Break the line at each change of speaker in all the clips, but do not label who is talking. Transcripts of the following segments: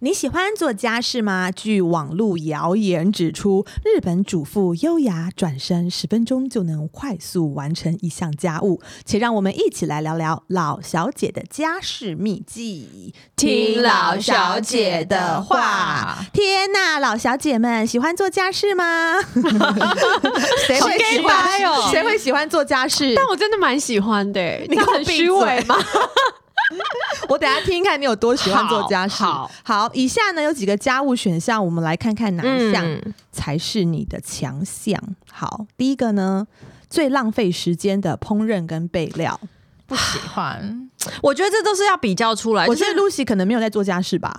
你喜欢做家事吗？据网络谣言指出，日本主妇优雅转身十分钟就能快速完成一项家务，且让我们一起来聊聊老小姐的家事秘籍。
听老小姐的话。
天呐，老小姐们喜欢做家事 吗？谁
好
会喜
gay 白哦
欢？谁会喜欢做家事？
但我真的蛮喜欢的、欸，
你
这样
给我
很
闭
虚 伪吗？
我等一下听听看你有多喜欢做家事。
好
好以下呢有几个家务选项，我们来看看哪一项
嗯
才是你的强项。好，第一个呢，最浪费时间的烹饪跟备料。
不喜欢。
我觉得这都是要比较出来。
我
哎就
觉
是
得 Lucy 可能没有在做家事吧？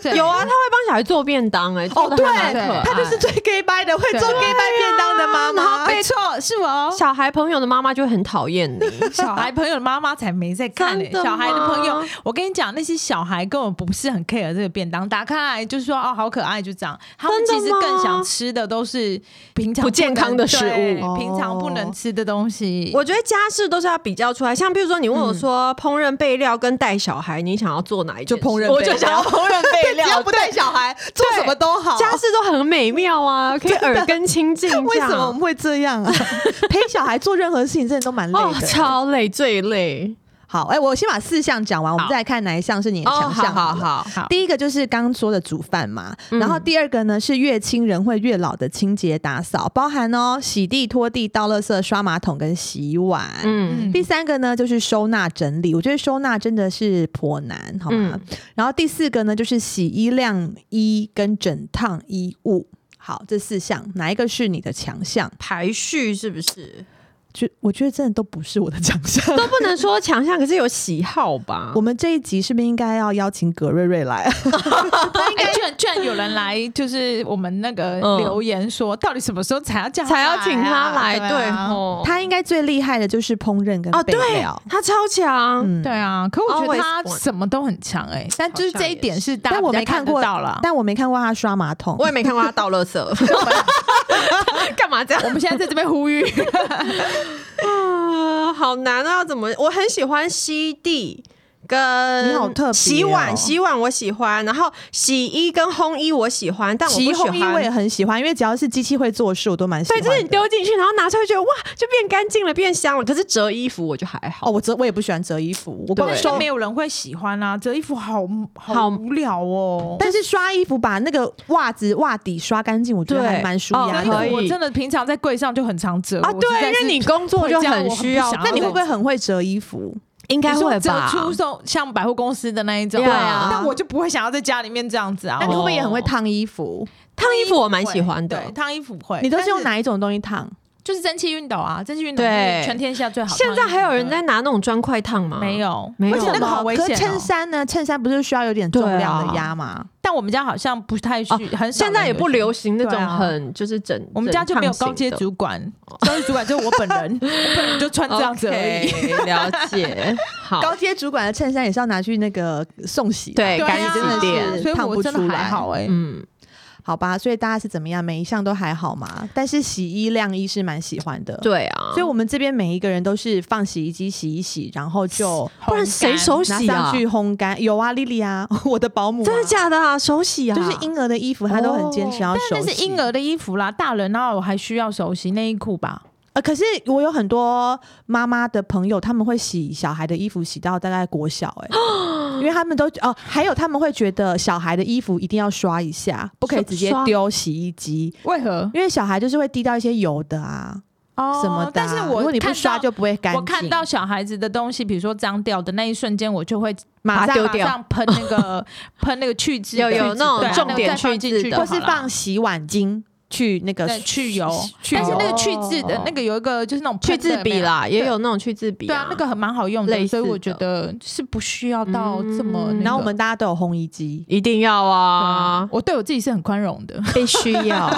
对
有啊，他会帮小孩做便当、
哦
欸，哎， 做的
啊
还蛮
对
可爱。
她就是最 gay 掰的，会做 gay 掰便当的妈
对啊然后
妈。
没错，是我哦。
小孩朋友的妈妈就会很讨 厌你。
小孩朋友的妈妈才没在看呢、
真的吗
小孩的朋友，我跟你讲，那些小孩根本不是很 care 这个便当，打开来就说哦好可爱，就这样。他们其
真的
实
吗
更想吃的都是平常
不健
能
康的食物
对
哦
平常不能吃的东西。
我觉得家事都是要比较出来，像比如说你问我说烹饪备料跟带小孩，你想要做哪一
嗯就
件事？
烹饪备料
我就 想要烹饪备料，
只 要不带小孩，做什么都好。
家事都很美妙啊，可以耳根清净。
为什
这
么我
样
们会这样啊？ 陪小孩做任何事情真的都蛮累
哦，
的。
超累，最累。
好，哎、我先把四项讲完，我们
好
再来看哪一项是你的强项、
哦好好好，
第一个就是刚刚说的煮饭嘛，
嗯
然后第二个呢是越亲人会越老的清洁打扫，包含哦洗地、拖地、倒垃圾、刷马桶跟洗碗。
嗯，
第三个呢，就是收纳整理，我觉得收纳真的是颇难，好吗？
嗯
然后第四个呢，就是洗衣晾衣跟整烫衣物。好，这四项哪一个是你的强项？
排序是不 是
就我觉得真的都不是我的强 项。
都不能说强项，可是有喜好吧
我？们这一集是不是应该要邀请葛瑞瑞来？
应该哦哎居然居然有人来，就是我们那个
嗯
留言说，到底什么时候才要 叫
才要
来
请他
啊
来，
对
对
啊
哦，
他应该最厉害的就是烹饪跟
哦，
备
对
料。，
他超强，
嗯
对啊，可我觉
Always
得他
want
什么都很强哎、但就是这一点是大家
但我
比较
没看
得
过
到了。
但我没看过他刷马桶
我。也没看过他倒垃圾，干嘛这样？
我们现在在这边呼吁，
啊，好难啊！怎么？我很喜欢吸地跟
你好特别哦
洗碗，洗碗我喜欢，然后洗衣跟烘衣我喜欢，但我不
洗
喜
烘衣我也
欢。
很喜欢，因为只要是机器会做事，我都蛮喜
对，
欢的。
就是你丢进去，然后拿出来，觉得哇，就变干净了，变香了。可是折衣服我就还好，
哦，我折我也不喜欢折衣服，我光
光
收
说没。有人会喜欢啊，折衣服好
好
好无聊哦。
但是刷衣服把那个袜子袜底刷干净，我觉得
对
还蛮舒压
哦
的。
可以
我真的平常在柜上就很常折
啊，
我实
对，
在
因
是
为你工作
回
就
家我
很
很
需
不
要
想，
那你会不会
哦
很会折衣服？
应该
你说
会
折
吧？
出种像百货公司的那一种，
对啊
但我就不会想要在家里面这样子啊。
那你会不会也很会
哦
烫衣服？
烫衣服我蛮喜欢
对
的。
烫衣服会，
你都是
但
用哪一种东西烫？
就是蒸汽熨斗啊，蒸汽熨斗是
对
全天下最好烫衣
现
服的。
在还有人在拿那种砖块烫吗？
没，有？
没有
而且那个好危
可
险
是
哦。
衬衫呢？衬衫不是需要有点重量的压吗？
但我们家好像不太需，
哦
很少
现在也不流
行。
行那
对
种
啊
很就是整，
我们家就没有
整
高
烫型
阶
的
主管，高阶主管就是我本人，我本人就穿这样子而已。
OK，了解，好，
高阶主管的衬衫也是要拿去那个送洗的。
对
对啊
干净点
所以
烫不
我真
出
的还
来
好哎。
嗯，
好吧，所以大家是怎么样？每一项都还好嘛，但是洗衣晾衣是蛮喜欢的。，
对啊，
所以我们这边每一个人都是放洗衣机洗一洗，然后就
不然谁手
拿
洗啊
上？去烘干。有啊，莉莉啊， 我的保姆啊、
真的假的哦啊？手洗啊？
就是婴儿的衣服，她都很坚持要手洗。
那是婴儿的衣服啦，大人那我还需要手洗内衣裤吧？
呃，可是我有很多妈妈的朋友，他们会洗小孩的衣服，洗到大概国小、 欸，因为他们都哦、还有他们会觉得小孩的衣服一定要刷一下，不可以直接
刷
丢洗衣机，
为何？
因为小孩就是会滴到一些油的啊。
哦
什么的啊、
但是我
如果你不
看
刷
到
就不会干净。
我看到小孩子的东西，比如说脏掉的那一瞬间，我就会
马
马
上
上
丢
马
掉
上喷那个喷那个去渍的，
有有那种
对啊
重
那个
点
再放
去
进
渍
去
的
就
或
好
是
了
放洗碗巾去那个
对去油
去
但是那
油
个去渍的
哦
那个有一个就是那种
去
喷的
渍笔啦，
有没有
也啊有那种去渍笔，
对啊，那个很蛮好用的，
类
所以
似
我觉
的
得是不需要到这么那
嗯
个。
然后我们大家都有烘衣 机。
一定要
对
啊
啊，，我对我自己是很宽容的。
必须 要，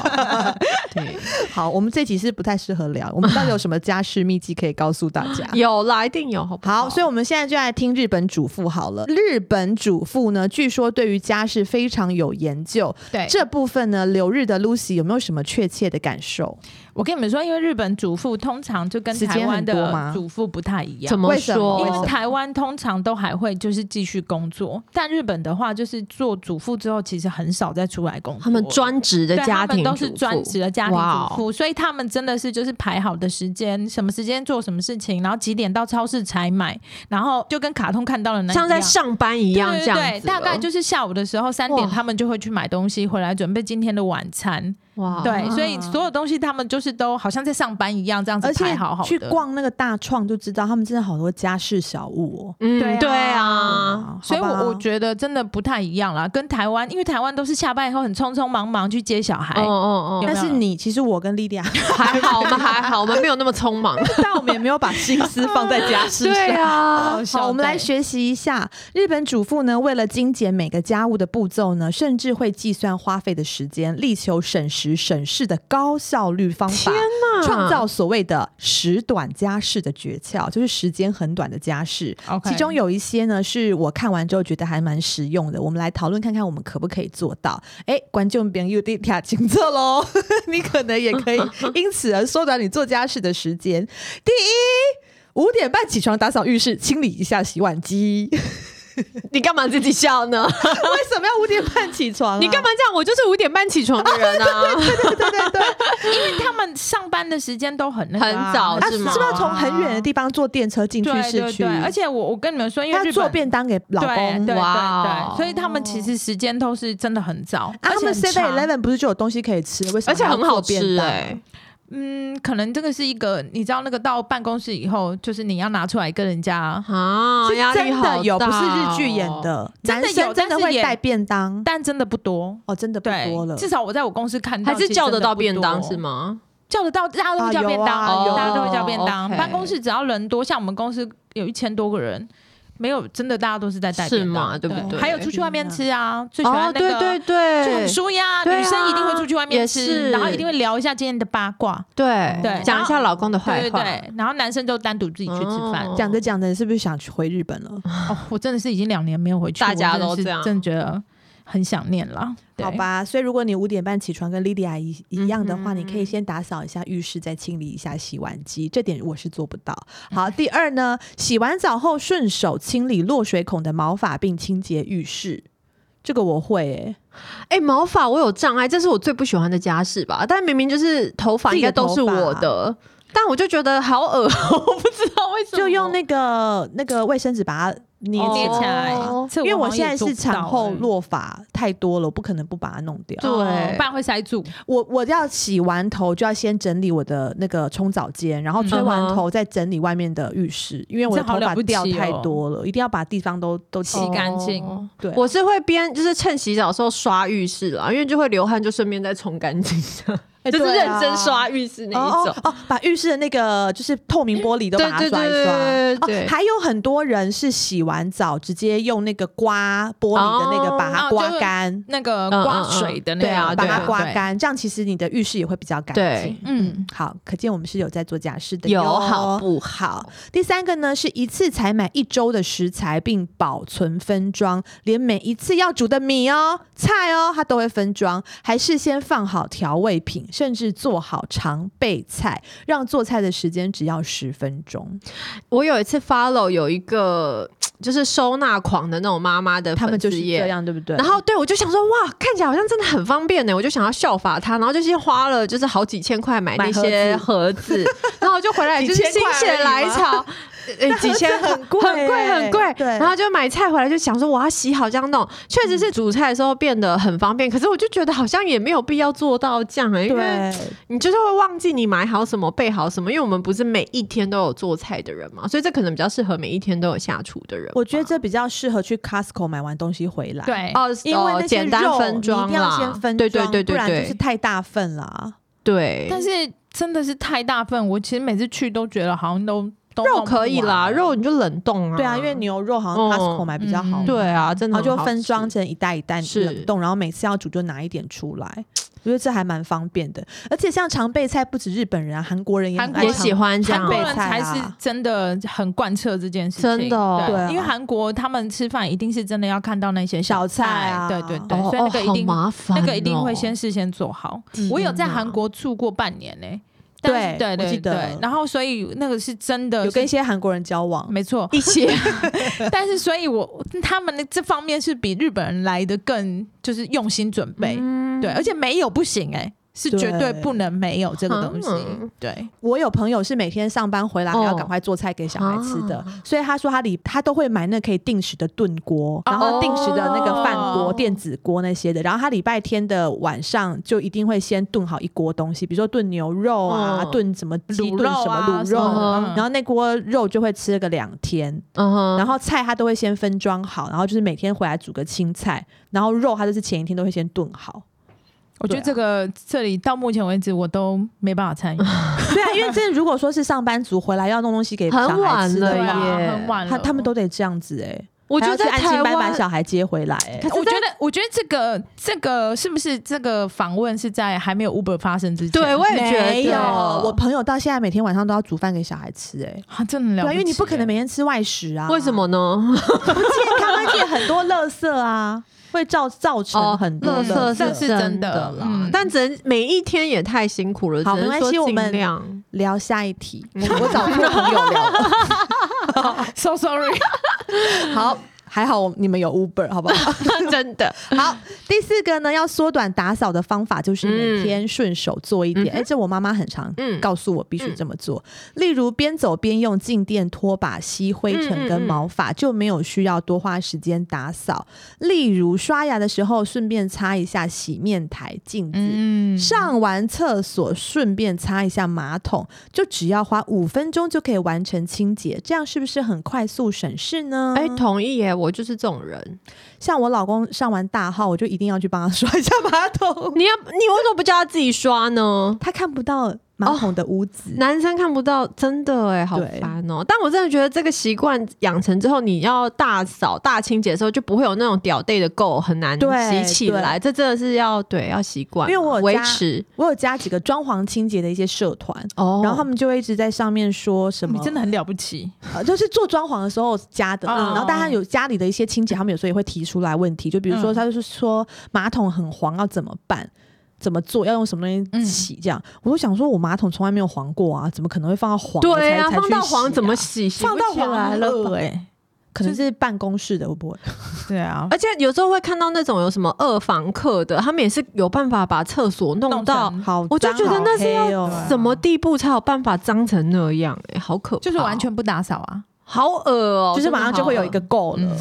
对，？
好，我们这集是不太适合聊，我们到底有什么家事秘籍可以告诉大家
有啦，一定有，啊好不
好，所以
以
我们现在就来听日本主妇好了。日本主妇呢，据说对于家事非常有研究。
对
这部分呢，留日的 Lucy 有没有什么确切的感受？
我跟你们说，因为日本主妇通常就跟
时间
台湾
很多
的
吗
主妇不太一样
怎。么
为什么
说？
因
为什么
为台湾通常都还会就是继续工作，但日本的话就是做主妇之后，其实很少再出来工作。
他们专职的
对
家庭
他们都
主
是
妇
专职的家庭
哇哦
主妇，所以他们真的是就是排好的时间，什么时间做什么事情，然后几点到超市采买，然后就跟卡通看到的那
像在
一样
上班一样
对
这
对
样
对，
子
大概
了
就是下午的时候三点，
哇
他们就会去买东西回来准备今天的晚餐。
哦
哇
对，所以所有东西他们就是都好像在上班一样，这样子
而且
排好好的
去。逛那个大创就知道，他们真的好多家事小物哦。
嗯
对啊
对啊，
啊
所以我，
好吧
我觉得真的不太一样啦，跟台湾，因为台湾都是下班以后很匆匆忙忙去接小孩，
哦哦
有
但
没有
是你其实我跟莉莉娅，
哦，还好我们还好，我们没有那么匆忙。
但我们也没有把心思放 在家事上。
啊，
好笑
好，我们来
对
学习一下日本主妇呢，为了精简每个家务的步骤呢，甚至会计算花费的时间，力求省时省事的高效率方法，
哪
创造所谓的“时短家事”的诀窍，就是时间很短的家事。
OK
其中有一些呢，是我看完之后觉得还蛮实用的，我们来讨论看看我们可不可以做到。哎，观众朋友的听清楚喽， 你可能也可以因此而缩短你做家事的时间。第一。五点半起床打扫浴室，清理一下洗碗机。
你干嘛自己笑呢？
为什么要五点半起床、啊
你干？嘛这样？我就是五点半起床的人啊。
对对对 对，
因为他们上班的时间都很那个啊、
很早
啊，是
是
不
吗
是要从很远的地方坐电车进去
对
市
对
区？
对，而且我我跟你们说，因为
他
日本
做便当给老
对
公。
对
哇
对
哦
对，所以他们其实时间都是真的很早，
啊，
而
他
且
们
很
Seven
长
Eleven 不是就有东西可以吃，为什么
而且很好吃哎、
欸
哎、
嗯，可能这个是一个，你知道那个到办公室以后，就是你要拿出来跟人家，
啊，
是
压力
真的有，
好
不
大
是
哦
日剧演。的，
真的
男生
有
真的
但是
会
也
带便当
但真的不多。
哦，真的不
对
多了，。
至少我在我公司看到，
还是
其实
叫得
真的
到
不
便当
多
是？吗？
叫得到，大家都
啊
会叫
有
便当，
啊有
大家都会叫便当。
哦，OK
办公室只要人多，像我们公司有一千多个人，没有真的大家都是在带
是
便
吗
当，
对不对哦
还有出去外面吃啊，最喜欢那个，
对对
就很舒压，
对啊
女生一定会出去外面
也
吃，
是
然后一定会聊一下今天的八卦，
对
对
讲一下老公的坏
对对
话。
对，然后男生就单独自己去吃饭。
哦
讲着讲着，是不是想去回日本了？
哦，我真的是已经两年没有回去，
大家都
我真
这
的
样
是真的觉得很想念了。对
好，吧，所以如果你五点半起床跟莉莉娅一一样的话，
嗯哼
你可以先打扫一下浴室，再清理一下洗碗机，这点我是做不到。
嗯
好，第二呢，洗完澡后顺手清理落水孔的毛发，并清洁浴室，这个我会欸诶、
哎、毛发我有障碍，这是我最不喜欢的家事吧？但明明就是头发应该都是我
自己
的，但我就觉得好恶， 我不知道为什么。
就用那个那个卫生纸把它捏
哦
起
捏
来。啊
起来
哦，
这
因为
我
我
好像
现在
也做
是
不到
产后
欸
落发太多了，我不可能不把它弄掉。
对
哦不然会塞住。
我我要洗完头就要先整理我的那个冲澡间，然后吹
嗯
完
哼
头再整理外面的浴室，因为我的
这好
头发
了不起
掉
哦
太多了，一定要把地方都都
洗干净
哦
对啊
我是会边就是趁洗澡的时候刷浴室啦，因为就会流汗，就顺便再冲干净，就是认真刷浴室那一
哦
种
哦。哦，把浴室的那个就是透明玻璃都把它
对对
刷一
对
刷。
对对对
哦，还有很多人是洗完澡直接用那个刮玻璃的那个
哦
把它
哦
刮
就是
干，
那个
嗯
刮
嗯嗯
水的那
对
个，
啊
把
对
它
对
刮。干，这样其实你的浴室也会比较干
对
净。
嗯，
好，可见我们是有在做家事的
有
哟
好不好
好？第三个呢，是一次采买一周的食材，并保存分装，连每一次要煮的米哦、菜哦，它都会分装，还事先放好调味品，甚至做好常备菜，让做菜的时间只要十分钟。
我有一次 follow 有一个就是收纳狂的那种妈妈的
他们
粉
就
丝
是
页
这，样，对不对？
然后对我就想说，哇，看起来好像真的很方便呢，我就想要效法他，然后就先花了就是好几千块买
买
那些盒子， 然后我就回来就
几
是
千
心
块
血来 潮，呃呃几千
盒子很贵
很贵
欸
很贵，
对
然后就买菜回来就想说我要洗好这样弄，确实是煮菜的时候变得很方便，可是我就觉得好像也没有必要做到这样欸，因为
对，
你就是会忘记你买好什么备好什么，因为我们不是每一天都有做菜的人嘛，所以这可能比较适合每一天都有下厨的人吧。
我觉得这比较适合去 Costco 买完东西回来。。
对，
哦，
因为
哦
那些
简单
肉
分装
你一定要
啦，
先分装，
对对对
不
对
然
对，
就是太大份啦。
对，
但是真的是太大份，我其实每次去都觉得好像都都
肉
弄不
可以啦，
完
肉你就冷冻啊。
对啊，因为牛肉好像
嗯
Costco 买比较好
嗯
嘛。
对啊，真的
然后就
很好
分
吃
装成一袋一袋
是
冷冻，然后每次要煮就拿一点出来。我觉得这还蛮方便的。而且像常备菜，不止日本人啊，韩国人也很
韩
爱
国
也
人
常
喜欢这样
韩
常
国
备
人
菜
才
啊
是真的很贯彻这件事情，
真的哦
对啊
因为韩国他们吃饭一定是真的要看到那些
小
菜，
菜啊
对对对，
哦
所以那个
哦
一定、
好麻烦哦，
那个一定会先事先做好。
嗯
我有在韩国住过半年呢、
对
但是对
我
对
记得
对，然后所以那个是真的
有跟一
是
些韩国人交往，
没错，
一起
但是所以我他们的这方面是比日本人来的更就是用心准备，对，而且没有不行哎、是绝对
对
不能没有这个东西，
嗯
对，
我有朋友是每天上班回来还要
哦
赶快做菜给小孩吃的，
啊
所以他说他里他都会买那可以定时的炖
哦
锅，然后定时的那个饭锅、
哦
电子锅那些的。然后他礼拜天的晚上就一定会先炖好一锅东西，比如说炖牛肉啊，
嗯
炖什么鸡
卤
炖
肉
什么
啊
卤
什
肉，
么的
然后那锅肉就会吃个两天。
嗯哼，
然后菜他都会先分装好，然后就是每天回来煮个青菜，然后肉他就是前一天都会先炖 好。
我觉得
对啊
这个、这里到目前为止我都没办法参与，
对啊，因为真的如果说是上班族回来要弄东西给
很
小孩
晚
吃
了
的
对
话，
啊
耶
很晚了，
他他们都得这样子哎、欸，
我觉得
还要
在
去安
台
心班把
湾
小孩接回来、欸
可。是我觉得，我觉得这个这个是不是这个访问是在还没有 Uber 发生之前？
对我也觉得
没有，
对
我朋友到现在每天晚上都要煮饭给小孩吃、欸，哎，
啊，真的
对
了不
啊，
起
因为你不可能每天吃外食啊。
为什？么 呢？
他们也很多垃圾啊，会造造成很多
哦垃
垃圾。
圾
这是真的
啦
嗯
但只能每一天也太辛苦了，
好
只能
没关
说
系我
尽
们
量。
聊下一题，我我找错朋友聊了。
so sorry，
好，还好我你们有 Uber，好不好？
真的，
好，第四个呢，要缩短打扫的方法就是每天顺手做一点。哎、这我妈妈很常
嗯
告诉我必须这么做。例如边走边用静电拖把吸灰尘跟毛发，就没有需要多花时间打扫。例如刷牙的时候顺便擦一下洗面台、镜子。
嗯，
上完厕所顺便擦一下马桶，就只要花五分钟就可以完成清洁，这样是不是很快速省事呢？
哎，同意耶，我就是这种人。
像我老公上完大号，我就一定要去帮他刷一下马桶。
你要，你为什么不叫他自己刷呢？
他看不到马桶的污渍，
男生看不到，真的哎，好
对
烦哦、但我真的觉得这个习惯养成之后，你要大扫大清洁的时候，就不会有那种屌 day 的垢很难
对
洗起来。这真的是要对要习惯，
因为我有
维
加
持
我有加几个装潢清洁的一些社团。
哦
然后他们就会一直在上面说什么，
你真的很了不起，
呃就是做装潢的时候加的。
嗯
然后大家有家里的一些清洁，他们有时候也会提出来问题，就比如说
嗯
他就是说马桶很黄，要怎么办？怎么做？要用什么东西洗？这样，我就想说，我马桶从来没有黄过啊，怎么可能会放到黄？
对
呀、
啊，
才
放到
去洗
黄怎么
啊？
洗？洗
放
不
到
起
我
来
来
了
了
吧
哎，
可能是办公室的，会不会？
对啊，
而且有时候会看到那种有什么二房客的，他们也是有办法把厕所弄
弄
到
成
好脏，
我就觉得那是要
好黑哦
对
什么地步才有办法脏成那样、哎，好可怕，
就是完全不打扫啊。
好恶哦、
就是马上就会有一个够了
嗯。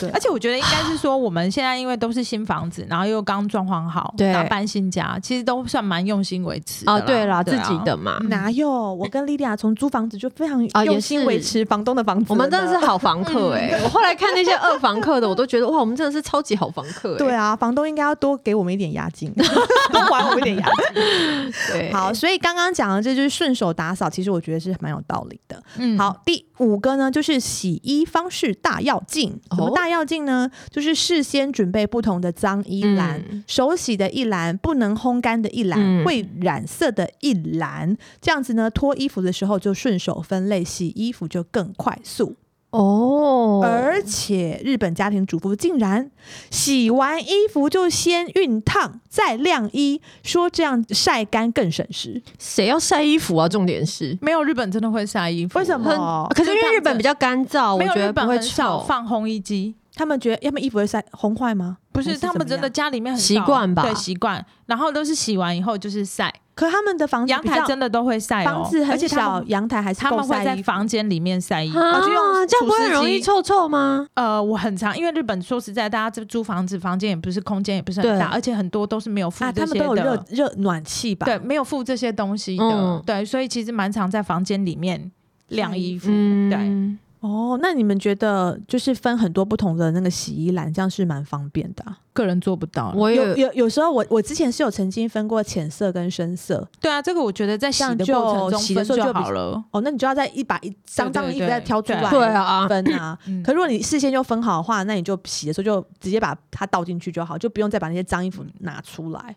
对
而且我觉得应该是说，我们现在因为都是新房子，然后又刚装潢好，
对
然后搬新家，其实都算蛮用心维持的
啊，对啦，自
啊
己的嘛，
嗯
哪有？我跟莉莉亚从租房子就非常
啊也
用心
是
维持房东的房子
我
了呢，
们真的是好房客哎、我后来看那些二房客的，我都觉得哇，我们真的是超级好房客、哎
对啊，房东应该要多给我们一点押金， 多还我们一点押金。
对，
好，所以刚刚讲的这就是顺手打扫，其实我觉得是蛮有道理的。
嗯，
好，第五个呢，就是洗衣方式大要进。什么
哦
大要进呢？就是事先准备不同的脏衣篮，
嗯
手洗的一篮，不能烘干的一篮，
嗯
会染色的一篮。这样子呢，脱衣服的时候就顺手分类，洗衣服就更快速。
哦，
而且日本家庭主妇竟然洗完衣服就先熨烫，再晾衣，说这样晒干更省时。
谁要晒衣服啊？重点是，
没有日本真的会晒衣服，
为什么
很
哦
可是因为日本比较干燥，我
没有
觉
日
得
本
不会
很
臭。
少
啊
放烘衣机，
他们觉得，要么衣服会晒烘坏吗？
不
还
是他
怎
们
么
真的
样，
家里面很少
习惯吧
对习惯，然后都是洗完以后就是晒，
可他们的房子
阳
比
台
较
真的都会晒哦，
房子
而
很
且他
小，
们
阳台还是
他们
够晒
会在
衣服
房间里面晒衣服。
啊
就用
这样不
除
会
湿
很容易
机
臭臭吗？
呃，我很常，因为日本说实在，大家这租房子，房间也不是空间也不是很
对
大，而且很多都是没有附
啊，
这
他
些
们都有热
的，
热暖气吧？
对，，没有附这些东西的
嗯，
对，所以其实蛮常在房间里面晾衣服，对，
嗯，
哦，那你们觉得就是分很多不同的那个洗衣篮，这样是蛮方便的啊、
个人做不到啦。
我
有
有
有有时候我我之前是有曾经分过浅色跟深色，
对啊，这个我觉得在洗
这样
的过程
就
中
洗的
分
时候就比
好了，
哦，那你就要再一把一脏脏的衣服
对
再挑出来
对啊，
分啊。
嗯
可如果你事先就分好的话，那你就洗的时候就直接把它倒进去就好，就不用再把那些脏衣服拿出来。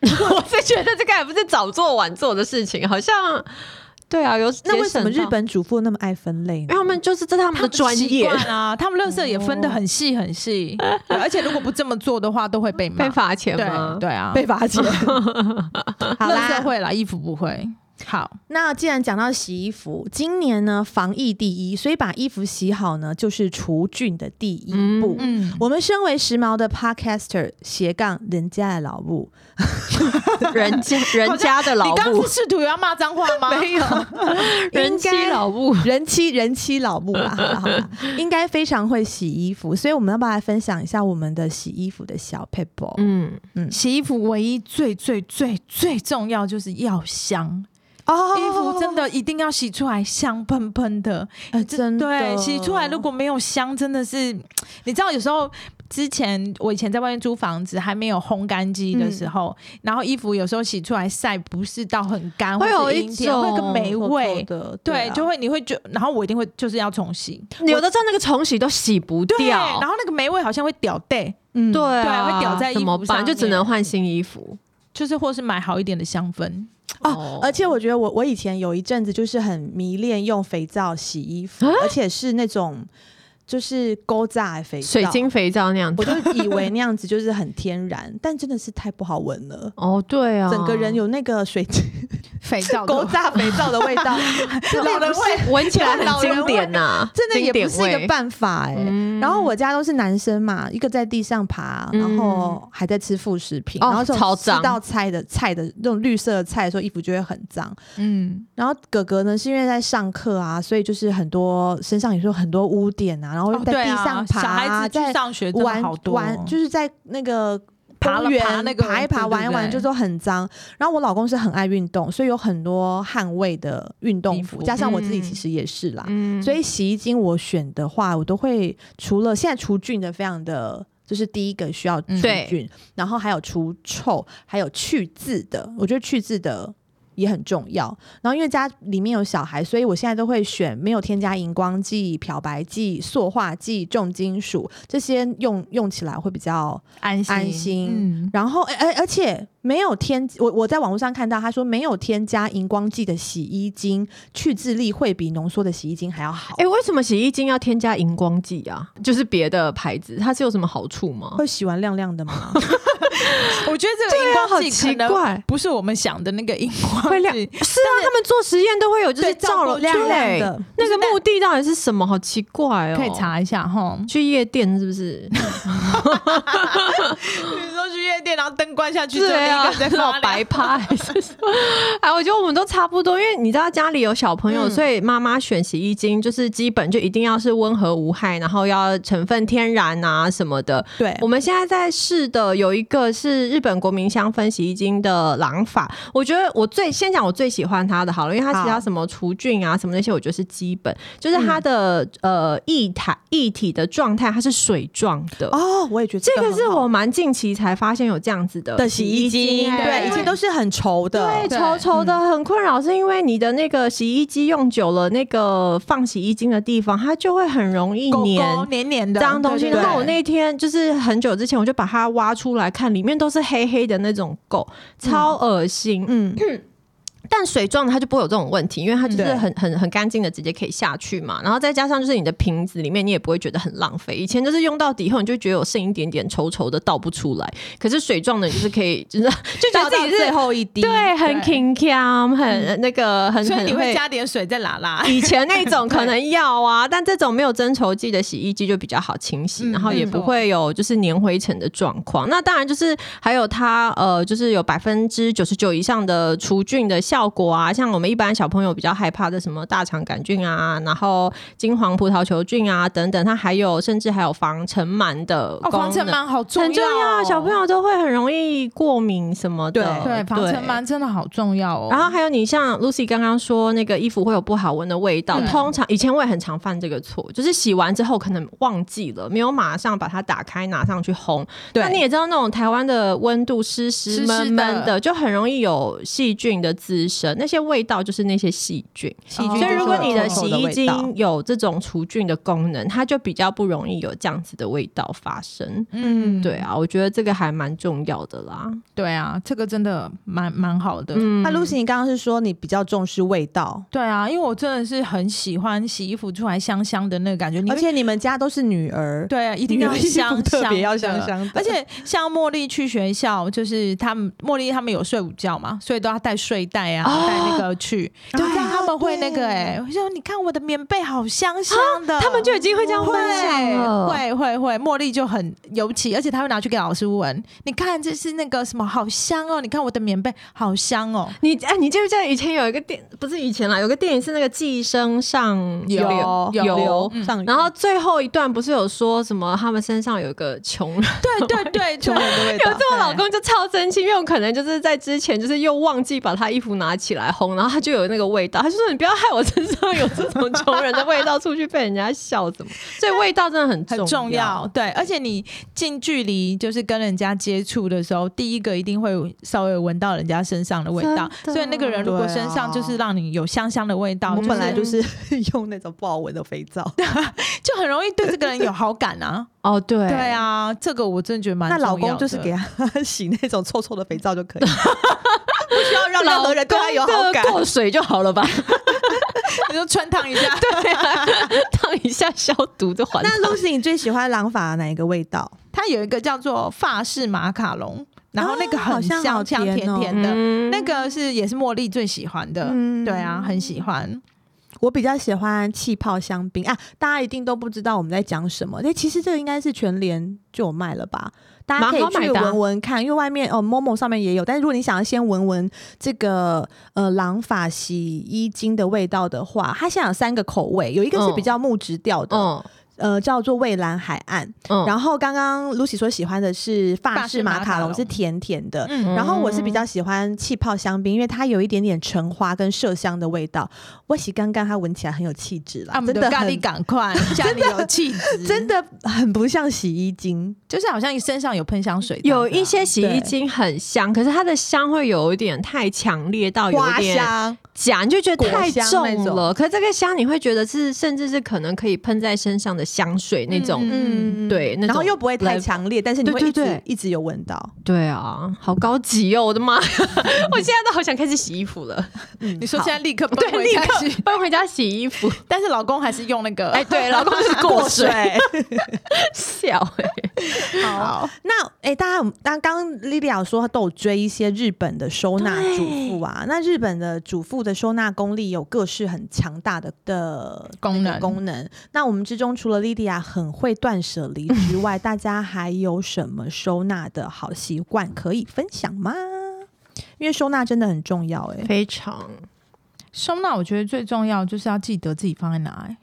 我是觉得这个还不是早做晚做的事情，好像对啊，有
那为什么
节省
日
到？
本主妇那么爱分类
因
呢
为？他们就是这是他们的专业
他，们习惯啊，他们垃圾也
哦
分得很细很细、对而且如果不这么做的话，都会被骂。
被罚钱吗
对？对啊，
被罚钱。好
垃
啦
圾，会啦，衣服不会。好，
那既然讲到洗衣服，今年呢防疫第一，所以把衣服洗好呢就是除菌的第一步。
嗯，
我们身为时髦的 podcaster 斜杠人家的老 母，
人家人家的
你
老
刚刚
布
是，试图要骂脏话吗？
没有人
应该
妻老布，
人妻人妻老母啦，好啦好啦应该非常会洗衣服，所以我们要不要来分享一下我们的洗衣服的小 paper？、
嗯，
洗衣服唯一最最最最重要就是要香，
哦
衣服真的一定要洗出来香喷喷的。
哎真的
对，洗出来如果没有香，真的是，你知道有时候。之前我以前在外面租房子，还没有烘干机的时候，然后衣服有时候洗出来晒不是到很干，
会有
或是
一
阴天会有个
种
霉
臭臭
味，
的，
对，
啊
就会你会就，然后我一定会就是要重洗，
有的时候那个重洗都洗不
对，
掉
然，后那个霉味好像会掉带，
嗯
对啊
对会掉在衣服
怎么
上
办？
面
就只能换新衣服
就是或是买好一点的香氛，
哦，而且我觉得我我以前有一阵子就是很迷恋用肥皂洗衣服，
啊
而且是那种就是勾炸的肥皂，
水晶，肥皂那样
我
子。
就以为那样子就是很天然，但真的是太不好闻了。
哦，对啊，
整个人有那个水晶
肥皂
勾炸肥皂的味道， 老人味，
闻起来很
老人
经典呐、
真的也
经典
不是一个
味
办法哎、
嗯
然后我家都是男生嘛，一个在地上爬，
嗯
然后还在吃副食品，
哦
然后这
超
种吃
脏
到菜的菜的那种绿色的菜的时候，衣服就会很脏。
嗯，
然后哥哥呢，是因为在上课啊，所以就是很多身上也是有很多污点啊，然后
哦
在
对
地
啊
上爬、
小孩子去
在
上学真的
玩
好多哦
玩，就是在那个。
爬了
公园
爬那个
爬一
对
爬
对
玩一玩，
对
就都很脏。然后我老公是很爱运动，所以有很多汗味的运动
衣
服，
服
加上我自己
嗯
其实也是啦。
嗯
所以洗衣精我选的话，我都会除了现在除菌的非常的，就是第一个需要除
嗯
对
菌，然后还有除臭，还有去渍的。我觉得去渍的也很重要。然后因为家里面有小孩，所以我现在都会选没有添加荧光剂、漂白剂、塑化剂、重金属这些用用起来会比较
安心
安心
嗯，
然后，而、哎而而且没有添，我我在网络上看到他说没有添加荧光剂的洗衣精，去渍力会比浓缩的洗衣精还要好。
哎、为什么洗衣精要添加荧光剂啊？就是别的牌子，它是有什么好处吗？
会洗完亮亮的吗？
我觉得这个荧光剂可能
怪，
不是我们想的那个荧
会
光
亮。
剂，
是啊，他们做实验都会有，就是
对照
照了
过亮亮的
对那个目的到底是什么？好奇怪哦，
可以查一下哈。
去夜店是不是？
比如说去夜店，然后灯关下去，
对啊，
只有你一个人在
那
发
种
亮
白趴还是什么？ 哎，我觉得我们都差不多，因为你知道家里有小朋友，
嗯
所以妈妈选洗衣精就是基本就一定要是温和无害，然后要成分天然啊什么的。
对，
我们现在在试的有一个是日本国民香氛洗衣精的朗法，我觉得我最先讲我最喜欢它的好了，因为它其他
好
什么除菌啊什么那些，我觉得是基本，就是它的、呃液态液体的状态它是水状的。
哦，我也觉得
这个
个
是
很好
我蛮近期才发现有这样子的
的洗衣
机
精，对，以前都是很稠的，
对稠稠的很困扰，是因为你的那个洗衣机用久了，那个放洗衣精的地方，它就会很容易
狗
粘
狗黏黏的
脏东西。
对对
然后我
对
那天就是很久之前，我就把它挖出来看，里面都是黑黑的那种垢，超恶心。
嗯，
但水状的它就不会有这种问题，因为它就是
对
很很很干净的，直接可以下去嘛。然后再加上就是你的瓶子里面，你也不会觉得很浪费。以前就是用到底以后，你就觉得有剩一点点稠稠的倒不出来，可是水状的你就是可以，就是就觉
倒
得
到
自己
最
是。
后一滴，
对，很 king cam，很那个，很
嗯所以
很
你会加点水再拉拉。
以前那种可能要啊，但这种没有增稠剂的洗衣机就比较好清洗，
嗯
然后也不会有就是粘灰尘的状况。那当然就是还有它呃，就是有百分之九十九以上的除菌的效果啊，像我们一般小朋友比较害怕的什么大肠杆菌啊，然后金黄葡萄球菌啊等等，它还有甚至还有防尘螨的
哦，
功
防尘
能。
螨好重
很重要，
要，啊
小朋。友都会很容易过敏什么的。
对，防尘螨真的好重要哦。
然后还有你像 Lucy 刚刚说那个衣服会有不好闻的味道，
嗯
通常以前我也很常犯这个错，就是洗完之后可能忘记了，没有马上把它打开拿上去烘。
对
哦那你也知道那种台湾的温度湿
湿
湿
湿
闷闷
的
的，就很容易有细菌的滋滋生，那些味道就是那些细菌。
细
所以，
就是
如果你的
臭
洗
臭
衣
味道
精有这种除菌的功能，它就比较不容易有这样子的味道发生。
嗯，
对啊，我觉得这个还蛮重要的啦。
对啊，这个真的蛮蛮好的。
嗯，
那啊 Lucy，你刚刚是说你比较重视味道，
对啊，因为我真的是很喜欢洗衣服出来香香的那个感觉，你
而且你们家都是女儿，
对啊，一
一
定要香香，
特别要香。香的，
而且像茉莉去学校，就是他们茉莉他们有睡午觉嘛，所以都要带睡袋啊，
哦
带那个去。
对
然后他们会那个哎、我说你看我的棉被好香香的，
他们就已经会这样分享了。
哦会会会会，茉莉就很尤其，而且她会拿去给老师闻。你看这是那个什么，好香哦！你看我的棉被好香哦。
你哎、你记不记得以前有一个电，不是以前啦，有个电影是那个《寄生上
有
流
有
有
嗯上
然后最后一段不是有说什么他们身上有一个穷人，
对对 对，
穷
对，
人的味
有
道。
这我老公就超生气，因为我可能就是在之前就是又忘记把他衣服拿起来烘，然后他就有那个味道，他就说你不要害我身上有这种穷人的味道，出去被人家笑怎么？所以味道真的很
很
要。
重要。对，而且你近距离就是跟人家接触的时候，第一个一定会稍微闻到人家身上的味道，
真的
所以那个人如果身上就是让你有香香的味道，
我
就是
本来就是 用那种不好闻的肥皂。
就很容易对这个人有好感啊。
哦，对，
对，啊，这个我真的觉得蛮
那
重要
老
的
公就是给他 洗那种臭臭的肥皂就可以了， 不需要让任何人对他有好感。
过水就好了吧？
你就穿烫一 下。
对啊，烫一下消毒就还。
那 Lucy，你最喜欢朗法哪一个味道？
它有一个叫做法式马卡龙，然后那个
哦
很
好像
香
好
香
甜
甜
哦
甜的，
嗯
那个是也是茉莉最喜欢的。
嗯
对啊，很喜欢。
我比较喜欢气泡香槟啊，大家一定都不知道我们在讲什么。但其实这个应该是全联就有卖了吧？大家可以
蛮好买
去
的啊
闻闻看，因为外面哦，Momo 上面也有。但是如果你想要先闻闻这个呃朗法洗衣精的味道的话，它现在有三个口味，有一个是
嗯
比较木质调的，
嗯
呃，叫做蔚蓝海岸。
嗯
然后刚刚 Lucy 说喜欢的是法式马卡龙，
法式马卡龙
是甜甜的。
嗯
然后我是比较喜欢气泡香槟，因为它有一点点橙花跟麝香的味道。我喜刚刚它闻起来很有气质啦，
啊，我们
真
的
的
咖
很
喱赶 快，家里有气质，
真的很不像洗衣精。
就是好像你身上有喷香水这样子啊，
有一些洗衣
对
精很香，可是它的香会有一点太强烈到哦有
花
点
香，
假，你就觉得太
果香那
重
种
了。可是这个香你会觉得是，甚至是可能可以喷在身上的香水那种。
嗯
对那种
然后又不会太强烈，但是你会
对
一
对
直
对
一直有闻到。
对啊，好高级哦！我 的妈呀，我现在都好想开始洗衣服了。
嗯
你说
好
现在立刻
对
奔，回
立
家
刻
去，
搬回家洗衣服。
但是老公还是用那个
哎， 对，老公就是过
过
水
水。
笑哎。
欸好，
那哎、大家大家刚刚莉莉亚说她都有追一些日本的收纳主妇啊，那日本的主妇的收纳功力有各式很强大的的
功
那个
能
功能。那我们之中除了莉莉亚很会断舍离之外，大家还有什么收纳的好习惯可以分享吗？因为收纳真的很重要、 欸，哎，
非常
收纳我觉得最重要就是要记得自己放在哪。哎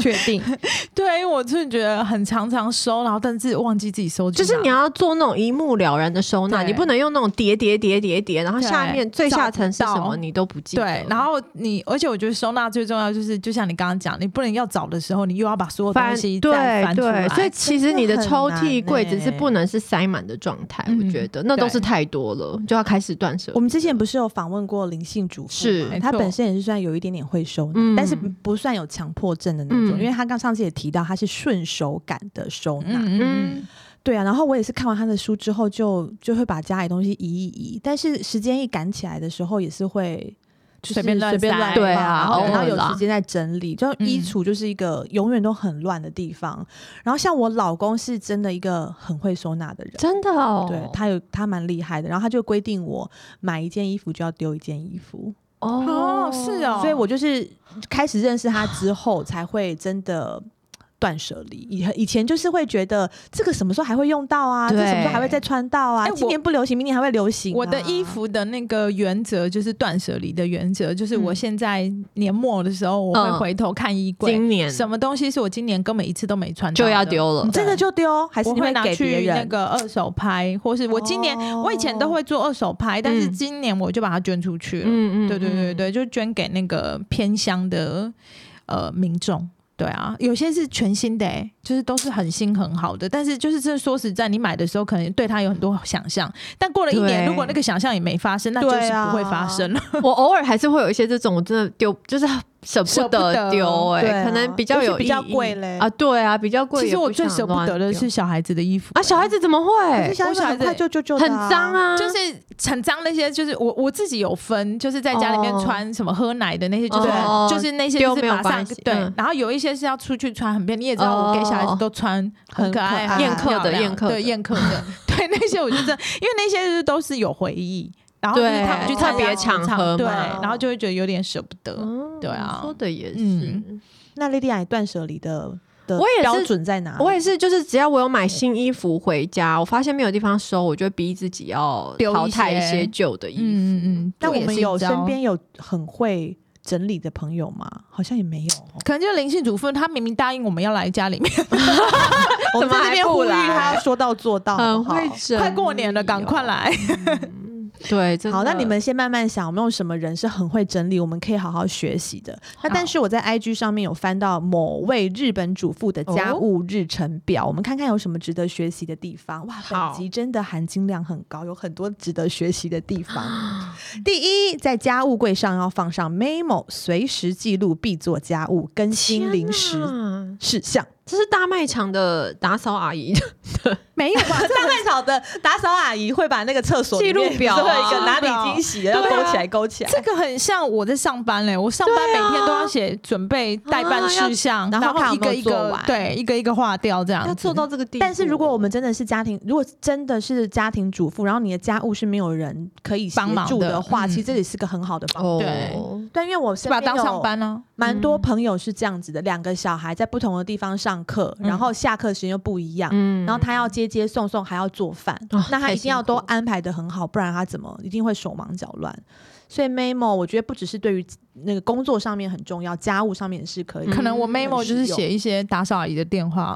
确定
对，因为我真的觉得很常常收，然后但是忘记自己收去
就
哪，
是你要做那种一目了然的收纳，
对
你不能用那种叠叠叠叠叠，然后
对
下面最下层是什
找不
么
到
你都不记得。
对，然后你，而且我觉得收纳最重要就是，就像你刚刚讲，你不能要找的时候，你又要把所有哦东
翻
西再
对
翻出来
对，，所以其实你的抽
真的很
屉
难
柜子
欸
是不能是塞满的状态，
嗯
我觉得那都是
对
太多了，就要开始断舍
我。们之前不是有访问过灵性主妇吗，
是
没
她
错
本身也是算有一点点会收纳，
嗯
但是不算有强迫症的那种，
嗯
因为她刚上次也提到她是顺手感的收纳，
嗯嗯
对啊。然后我也是看完她的书之后就，就会把家里东西移一移，但是时间一赶起来的时候，也是会。就是
随便乱
随便
塞
乱
对
放
啊
然后
偶
等到
尔
有
啦
时间再整理。就衣
嗯
橱就是一个永远都很乱的地方。然后像我老公是真的一个很会收纳的人，
真的哦，
对他有他蛮厉害的，然后他就规定我买一件衣服就要丢一件衣服，
嗯，哦，是哦，
所以我就是开始认识他之后才会真的。断舍离，以以前就是会觉得这个什么时候还会用到啊，这
对
什么时候还会再穿到啊？
哎我
今年不流行，明年还会流行、啊
我的
啊
衣，服的那个原则就是断舍离的原则，就是我
嗯
现在年末的时候，我会
嗯
回头看衣柜，
今年
什么东西是我今年根本一次都没穿到
就
的
要。丢了
你。真的就丢，还是
我
你
会拿
给别
去那
人？
个二手拍，或是我今年、
哦
我以前都会做二手拍，但是
嗯
今年我就把它捐出去了。
嗯
对对对，对，就捐给那个偏乡的呃民众。对啊，有些是全新的、欸，就是都是很新很好的，但是就是真的说实在，你买的时候可能对它有很多想象，但过了一年，
对
如果那个想象也没发生，那就是
对啊
不会发生了。
我偶尔还是会有一些这种，我真的丢就是舍
舍
不
不得
得丢、欸，
对
哎、
啊
可能比较
尤其
有
比较
意义
贵嘞
啊，对啊，比较贵。
其实我最舍不得的是小孩子的衣服、
啊，小孩子怎么
可是
会
小孩
我
子
小孩
很
子
快就就就
很脏，啊？
就是很脏那些，就是我我自己有分，就是在家里面
哦
穿什么喝奶的那些，就是、
哦
就是那些
丢
就是
没有
马上
关系
对、
嗯
然后有一些是要出去穿，很便利。你也知道，我给小孩子都穿
很
可爱、
可爱
很
宴
客
漂
的
亮
宴客的
对宴客的，对那些我就真的，因为那些就是都是有回忆，然后就是他们去
对
参加
特别
场合
对，
嘛
然后就会觉得有点舍不得。
哦
对啊
说的也是。
嗯
那莉莉亚，你断舍离的的
我也是
标准在哪里？
我也是，就是只要我有买新衣服回家，我发现没有地方收，我就会逼自己要
丢一
淘汰一
些
些旧的衣服。
嗯嗯嗯，
那
这
我
也
们
是一
有
招
身边有很会整理的朋友吗？好像也没有 哦。
可能就是灵性主妇，她明明答应我们要来家里面，
我们
怎么
在这
还
边
不
呼吁
来
他，说到做到，好
很
不好
会整理哦，
快过年了，赶快来。
对，真的
好，那你们先慢慢想，有没有什么人是很会整理，我们可以好好学习的？那但是我在 IG 上面有翻到某位日本主妇的家
哦
务日程表，我们看看有什么值得学习的地方。哇，本
好
集真的含金量很高，有很多值得学习的地 方。第一，在家务柜上要放上 memo，随时记录必做家务、更新
天
临时
哪
事 项。
这是大卖场的打扫阿姨
没有吧？大卖场的打扫阿姨会把那个厕所
记录
里面
表啊
不是会有一个哪里惊喜的，要
对
勾
啊
起来，勾起来。
这个很像我在上班嘞、我上班
对啊
每天都要写准备代办事
啊
项，
要然后看
一
有没有
个一
做
个
完
对一个一个划掉这样 子。
要做到这个地步。
但是如果我们真的是家庭，如果真的是家庭主妇，然后你的家务是没有人可以协
帮忙
助
的
话，
嗯
其实这也是个很好的帮助。
哦
对
对，因为我身
是把它
边
当
有
上班啊嗯呢、
蛮多朋友是这样子的，两个小孩在不同的地方上课，
嗯
然后下课时间又不一样。
嗯
然后他要接接送送，还要做饭，
哦
那他
太
一定要
辛苦
都安排的很好，不然他怎么一定会手忙脚乱。所以 memo 我觉得不只是对于那个工作上面很重要，家务上面也是可以。
可能我 memo 就是
很实用
写一些打扫阿姨的电话，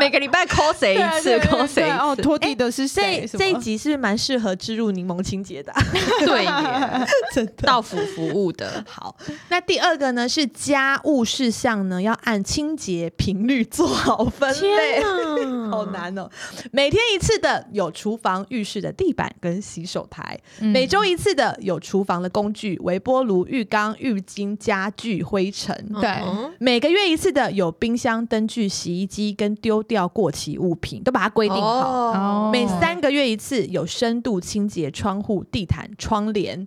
每个礼拜 call 谁一次
对对
，call 谁
对哦，
一次，
拖地的是谁？
这
什么
这一集是不是蛮适合置入柠檬清洁的啊、
对耶，
真的
到府服务的。
好，那第二个呢是家务事项呢，要按清洁频率做好分类。
哪
好难哦！每天一次的有厨房、浴室的地板跟洗手台；
嗯
每周一次的有厨房的工具、微波炉、浴缸、浴巾、家具、灰尘；
对
嗯
每个月一次的有冰箱、灯具、洗衣机跟丢掉过期物品，都把它规定好。
哦
每三个月一次有深度清洁窗户、地毯、窗帘、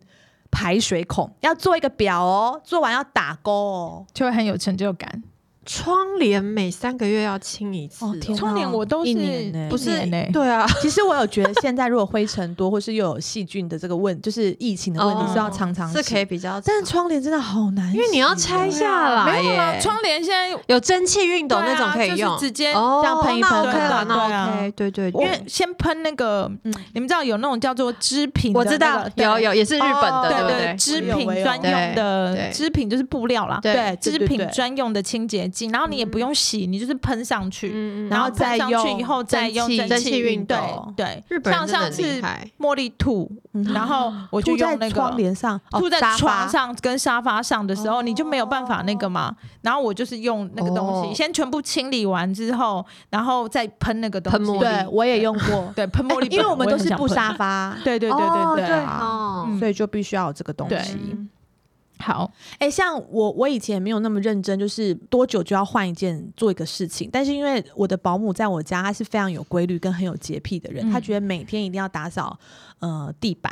排水孔，要做一个表哦，做完要打勾哦。
就会很有成就感。
窗帘每三个月要清一次，
哦天哪
窗帘我都
一
是
年呢
不是
嘞，
对啊，
其实我有觉得，现在如果灰尘多，或是又有细菌的这个问，就是疫情的问题，
哦
是要常常
是可以
洗。
比较，
但是窗帘真的好难洗，啊
因为你要拆下来
没有啦，
耶，
窗帘现在
有蒸汽熨斗
对啊
那种可以
就
用，
是直接
哦
这样喷一喷
那 OK 了，
对啊对
那
啊
OK，对对，对
因为先喷那个，
嗯
你们知道有那种叫做织品的
我
那个，
知道
对
有有也是日本
哦
的，
对
不
对
对？
织
我有我
品
有
专用
对
的
对
织品就是布料啦，
对嗯
对
织
对对
品
对
专用的清洁剂，然后你也不用洗，你就是喷上去，
嗯嗯
然后
喷上
再
去
用
以后再用
蒸汽
蒸汽熨
熨
斗
对
日
对，
本人
像
真的
上
很厉
次
害，
茉莉吐，
嗯
然后我就
吐在
用那
窗
个。
帘上，哦
吐在
沙发哦
床上跟沙发上的时候，你就没有办法那个嘛。然后我就是用那个东西，
哦
先全部清理完之后，然后再喷那个东西。，
喷茉莉
对我也用过
对，喷茉莉
哎
粉，
因为我们都
也很
是
想
布
喷
沙。发，
对对对对对
对嗯
啊，
哦
嗯
所以就必须要有这个东
对
西。
好，
哎、像我，我以前也没有那么认真，就是多久就要换一件做一个事情。但是因为我的保姆在我家，她是非常有规律跟很有洁癖的人，
嗯
她觉得每天一定要打扫呃地板、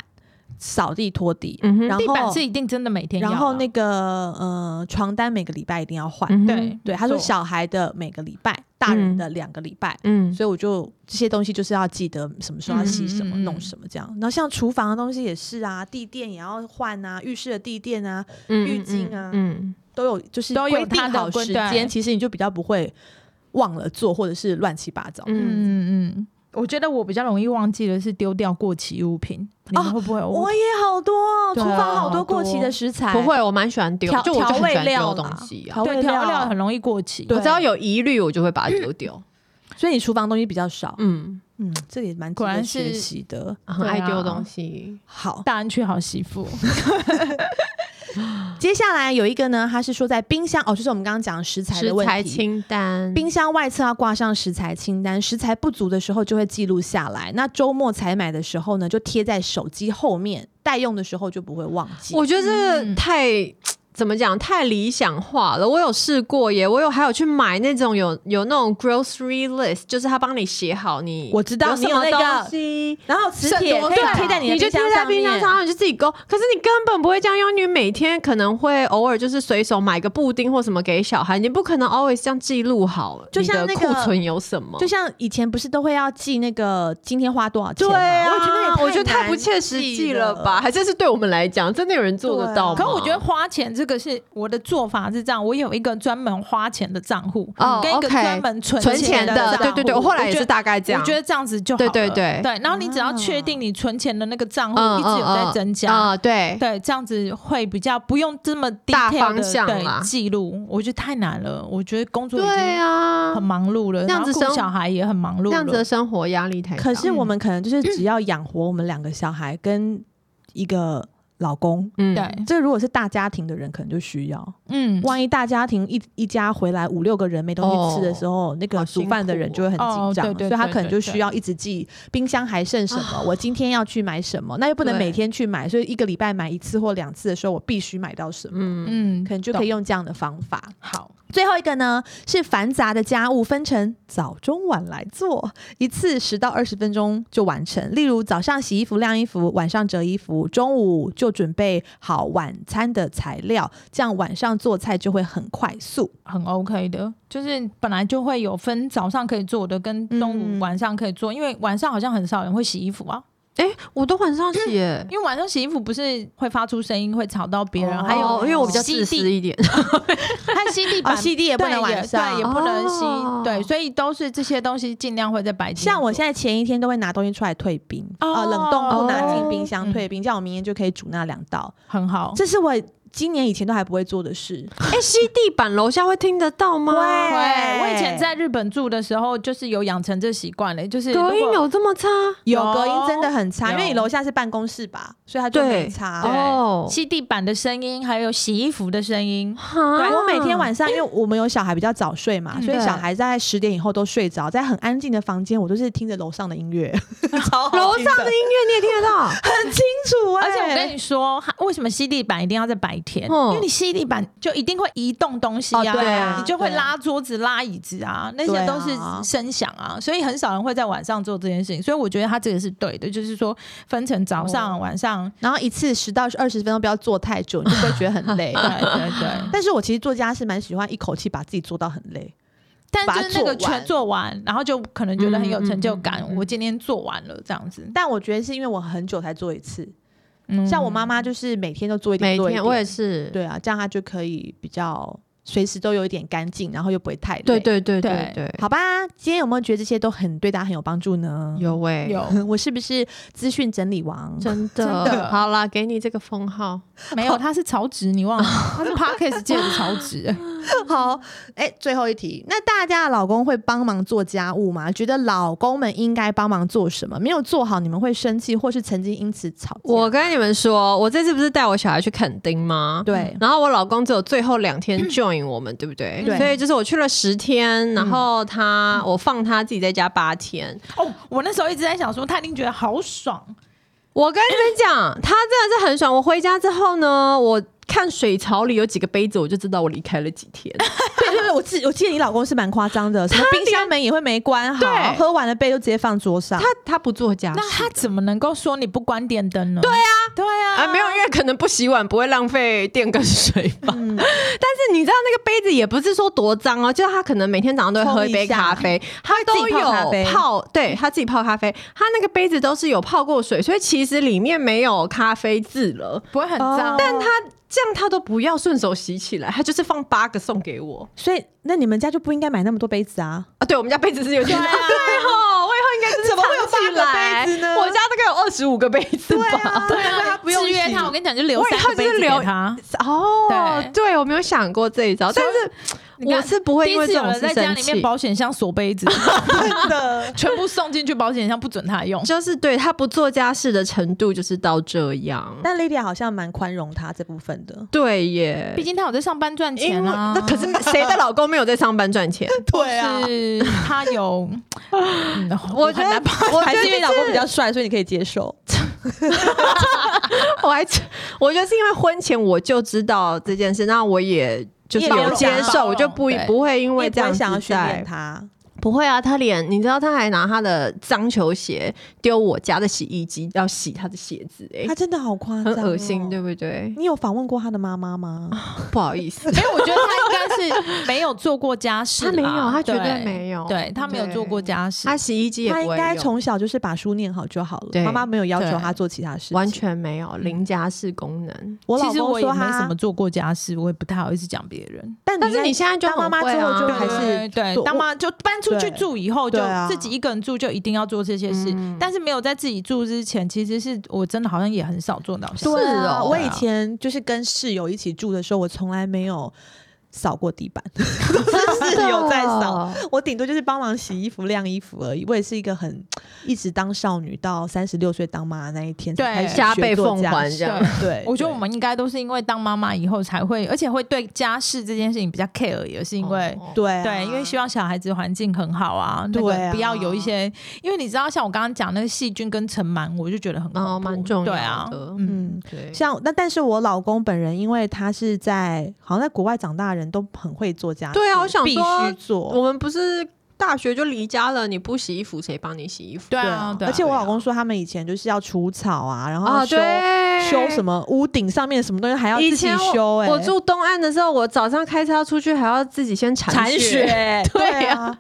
扫地、拖地，
嗯哼
然后
地板是一定真的哦每天要啦。
然后那个呃床单每个礼拜一定要换。
嗯哼
对
对，她说
没错
小孩的每个礼拜，大人的两个礼拜。
嗯，
所以我就这些东西就是要记得什么时候要洗什么、
嗯嗯嗯
弄什么这样。然后像厨房的东西也是啊，地垫也要换啊，浴室的地垫啊，
嗯
浴巾啊
嗯，
都有就是
都有
规定
它的
好
规
时
对
间，其实你就比较不会忘了做或者是乱七八糟。
嗯
嗯嗯嗯，我觉得我比较容易忘记的是丢掉过期物品，
哦
你们会不会有？
我也好多哦，厨
对啊
房好多过期的食材，
嗯不会，我蛮喜欢丢
调，
就我就
调
很
味
喜欢
料
丢
啦
东西啊
调。
对
味
调料
料
很容易过期。
对
我只要有疑虑，我就会把它丢掉。
所以你厨房东西比较少。
嗯，
嗯，这个也蛮值
果
得
然
学
是
习的。
很
对
爱
啊
丢东西。
好，
哦
大安区好媳妇，
接下来有一个呢，它是说在冰箱哦，就是我们刚刚讲食材的
食
问
材
题。
清嗯单，
冰箱外侧要挂上食材清单，食材不足的时候就会记录下来。那周末采买的时候呢，就贴在手机后面，待用的时候就不会忘记。
我觉得这
嗯
个太、怎么讲，太理想化了。我有试过耶，我有还有去买那种有有那种 grocery list，就是他帮你写好你
我知道
有什
你有
么
那个
东西。
然后磁铁可以
对
贴在啊你的
你就
冰
贴
箱
在
上
冰箱
面。
上，你就自己勾。可是你根本不会这样用，你每天可能会偶尔就是随手买个布丁或什么给小孩，你不可能 always 这样记录好，
就像
你
那
的
个
库存有什么
就。像以前不是都会要记那个今天花多少钱
对
吗？
啊，
我觉得也
我觉得太
难
不切实
记
际了吧？？还真是对我们来讲，真的有人做
对啊
得到吗？
可我觉得花钱这个是我的做法是这样，我有一个专门花钱的账户，
哦
跟一个
OK，
专门存
存钱
钱账
的，
户
对对对，我后来也是大概这样。
我觉得这样子就好了
对对对
对，然后你只要确定你存钱的那个账户
嗯
一直有在增加，
啊、嗯对。
对，这样子会比较不用这么 detail
大
的
方向啊啦
对记录，我觉得太难了。我觉得工作已
对
经
啊
很，忙碌了，
那
然
样
后
子
顾
生
小孩也很忙碌
这
了，
样子的生活压力太大。
可是我们可能就是只要养活我们两个小孩跟一个老公，
嗯
对，
这如果是大家庭的人，可能就需要。
嗯，
万一大家庭一一家回来五六个人没东西吃的时候，那个
好
煮
辛
饭的人
苦
就会很紧
哦
张，
对对
所以他
对
可能
对
就
对啊
需要一直记冰箱还剩什么，我今天要去买什么，那又不能
对
每天去买，所以一个礼拜买一次或两次的时候，我必须买到什么，
嗯，
嗯
可能就可以
懂
用这样的方法。
好。
最后一个呢是繁杂的家务分成早中晚来做，一次十到二十分钟就完成。例如早上洗衣服、晾衣服，晚上折衣服，中午就准备好晚餐的材料，这样晚上做菜就会很快速。
很 OK 的，就是本来就会有分早上可以做的跟中午、
嗯
晚上可以做，因为晚上好像很少人会洗衣服啊，
哎、我都晚上写。
因为晚上洗衣服不是会发出声音，会吵到别人，
哦
还有
因为我比较
吸
自私
地，
一点，
还吸地板
哦，吸地也不能
对
晚上
对，也不能吸，
哦
对，所以都是这些东西尽量会在白天做。
像我现在前一天都会拿东西出来退冰，
哦
呃，冷冻库拿进
哦
冰箱
嗯
退冰，这样我明天就可以煮那两道。
很好，
这是我今年以前都还不会做的事。
哎、吸地板楼下会听得到吗？
对
对，我以前在日本住的时候，就是有养成这习惯了，就是
隔
如
音
果
有这么差？
有
有
隔音真的很差，因
有
为你楼下是办公室吧，所以它就
对
没差。
对
哦，
吸地板的声音，还有洗衣服的声音，
哈
对，我每天晚上，因为我们有小孩比较早睡嘛，
嗯
所以
啊对
小孩在十点以后都睡着，在很安静的房间，我都是听着楼上的音 乐，超好
楼
听
上的音乐你也听得到？
很清楚、哎
而且我跟你说，哈为什么吸地板一定要在白
嗯
天？因为你吸地板就一定会移动东西
哦对
啊
啊，
你就会
对啊
拉桌子、拉椅子啊，那些都是
对啊
声响啊，所以很少人会在晚上做这件事情。所以我觉得他这个是对的，就是说分成早上、晚上，
然后一次十到二十分钟，不要做太久，你就不会觉得很累
对。对对。
但是我其实做家事蛮喜欢一口气把自己做到很累，
但
把它
就是那个
做完
全做完，然后就可能觉得很有成就
嗯
感
嗯嗯，嗯
我今天做完了这样子。
但我觉得是因为我很久才做一次，
嗯
像我妈妈就是每天都做一点，
每
做一
天
点
我也是，
对啊，这样她就可以比较随时都有一点干净，然后又不会太累。
对对对
对
对对，
好吧，今天有没有觉得这些都很对大家很有帮助呢？
有哎、
有
我是不是资讯整理王？
真的
真的
好啦，给你这个封号。
没有？她是曹植，你忘了？她是 Parkes 界的曹植。
好，哎、最后一题，那大家的老公会帮忙做家务吗？觉得老公们应该帮忙做什么？没有做好，你们会生气，或是曾经因此吵架？
我跟你们说，我这次不是带我小孩去垦丁吗？
对
然后我老公只有最后两 天 join 我们，对不对？嗯
对
所以就是我去了十天，然后他、我放他自己在家八天。
哦，我那时候一直在想说，他一定觉得好爽，
我跟你们讲，他真的是很爽。我回家之后呢，我看水槽里有几个杯子，我就知道我离开了几天。
对对对，我记我记得你老公是蛮夸张的，什么冰箱门也会没关好，
对
喝完了杯就直接放桌上
他。他不做家事，
那他怎么能够说你不关电灯呢？对啊，对啊，
啊，没有，因为可能不洗碗不会浪费电跟水吧。
嗯
但是你知道那个杯子也不是说多脏哦，就是他可能每天早上都会喝一杯咖啡，他都有
嗯他自己泡咖啡
泡，对他自己泡咖啡，他那个杯子都是有泡过水，所以其实里面没有咖啡渍了。
不会很脏，
但
他这样他都不要顺手洗起来，他就是放八个送给我
所以，那你们家就不应该买那么多杯子啊！
啊。对我们家杯子是有点
对
大，
啊
对哦，我以后应该就是
怎么会有
藏起
八个杯子
来
呢
我家大概有二十五个杯子吧。
对啊， 他不用
制约
洗
他，我跟你讲，就留
我以
三
后
个杯
就是
子给
留
他。
哦
对，
对，我没有想过这一招，但是
你看
我是不会
第
因
一
为
次
这
有
种
人
事
在家
生
里面
气。
保险箱锁杯 子，
真的。
全部送进去保险箱，不准他用。
就是对他不做家事的程度，就是到这样。
但 Lydia 好像蛮宽容他这部分的，
对耶，
毕竟他有在上班赚
因为
钱啊
那。 可是谁的老公没有在上班赚钱？
对
是他有，嗯
我
很
觉得
难判
我
还
觉
是
得
因为
就
老公
是
比较帅，所以你可以接受。
我还我觉得是因为婚前我就知道这件事，那我也就是
你也
有
包
接
容
包
受，
容
我就不
对
不会因
我
为
也
这
不
样
会
子
想要训
在
练他，
不会啊，他连你知道他还拿他的脏球鞋丢我家的洗衣机要洗他的鞋子、欸，
他真的好夸张、哦
很
哦，
恶心，对。不对？
你有访问过他的妈妈吗？
不好意思
没有，我觉得他应该是没有做过家事啦，
他没有他绝对
对
没有
对他没有
对
做过家事
他。洗衣机也不
他
会
应
用
该从小就是把书念好就好了，
对
妈妈没有要求
对
他做其他事情。
完，全没有
嗯
零加式功能。
我老
其实
公
我也
说
没什
他
么，做过家事，我也不太好意思讲别人。
但
但是你现在就
当妈妈
很会
之后
啊
就
对
还是
对
做，
当妈就搬出去
对
住以后，就
对啊
自己一个人住就一定要做这些事
嗯。
但是没有在自己住之前，其实是我真的好像也很少做到这样。
对
对
啊
啊我以前就是跟室友一起住的时候，我从来没有扫过地板， 都是室友在扫。
哦
我顶多就是帮忙洗衣服、晾衣服而已。我也是一个很一直当少女到三十六岁当妈的那一天才
对
开始
加倍
学做
奉
家
还
事
这样
对。
对，
我觉得
对
我们应该都是因为当妈妈以后才会，而且会对家事这件事情比较 care，也是因为。
哦
对啊
对，因为希望小孩子环境很好啊，那
对
个
啊
不要有一些，因为你知道，像我刚刚讲那个细菌跟尘螨，我就觉得很恐
哦
怖
蛮重要
对啊
的，
嗯，
嗯。
对
像那，但是我老公本人，因为他是在好像在国外长大的人都很会做家事，
对啊我想
必
说
须做
我，们不是大学就离家了，你不洗衣服谁帮你洗衣服？
对啊，对啊
而且我
对啊
老公说他们以前就是要除草啊，然后
啊，
修
对，
修什么屋顶上面什么东西还要自己修、欸，
我住东岸的时候，我早上开车要出去，还要自己先铲
铲 雪，
对啊，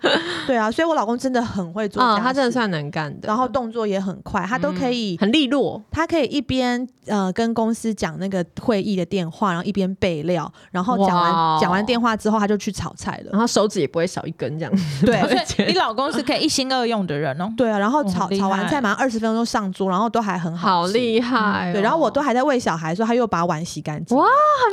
对啊，所以我老公真的很会做家
嗯，
事，
他真的算嗯能干的，
然后动作也很快，他都可以，
很利落，
他可以一边呃跟公司讲那个会议的电话，然后一边备料，然后讲
哇
完
哦
讲完电话之后，他就去炒菜了
然。后手指也不会少一根这样。
对。
哦所以你老公是可以一心二用的人哦
对啊，然后
哦
炒
厉
炒完
害
菜马上二十分钟就上桌，然后都还很
好
吃
厉害、
哦
对，然后我都。还在喂小孩的时候，他又把碗洗干净。
哇，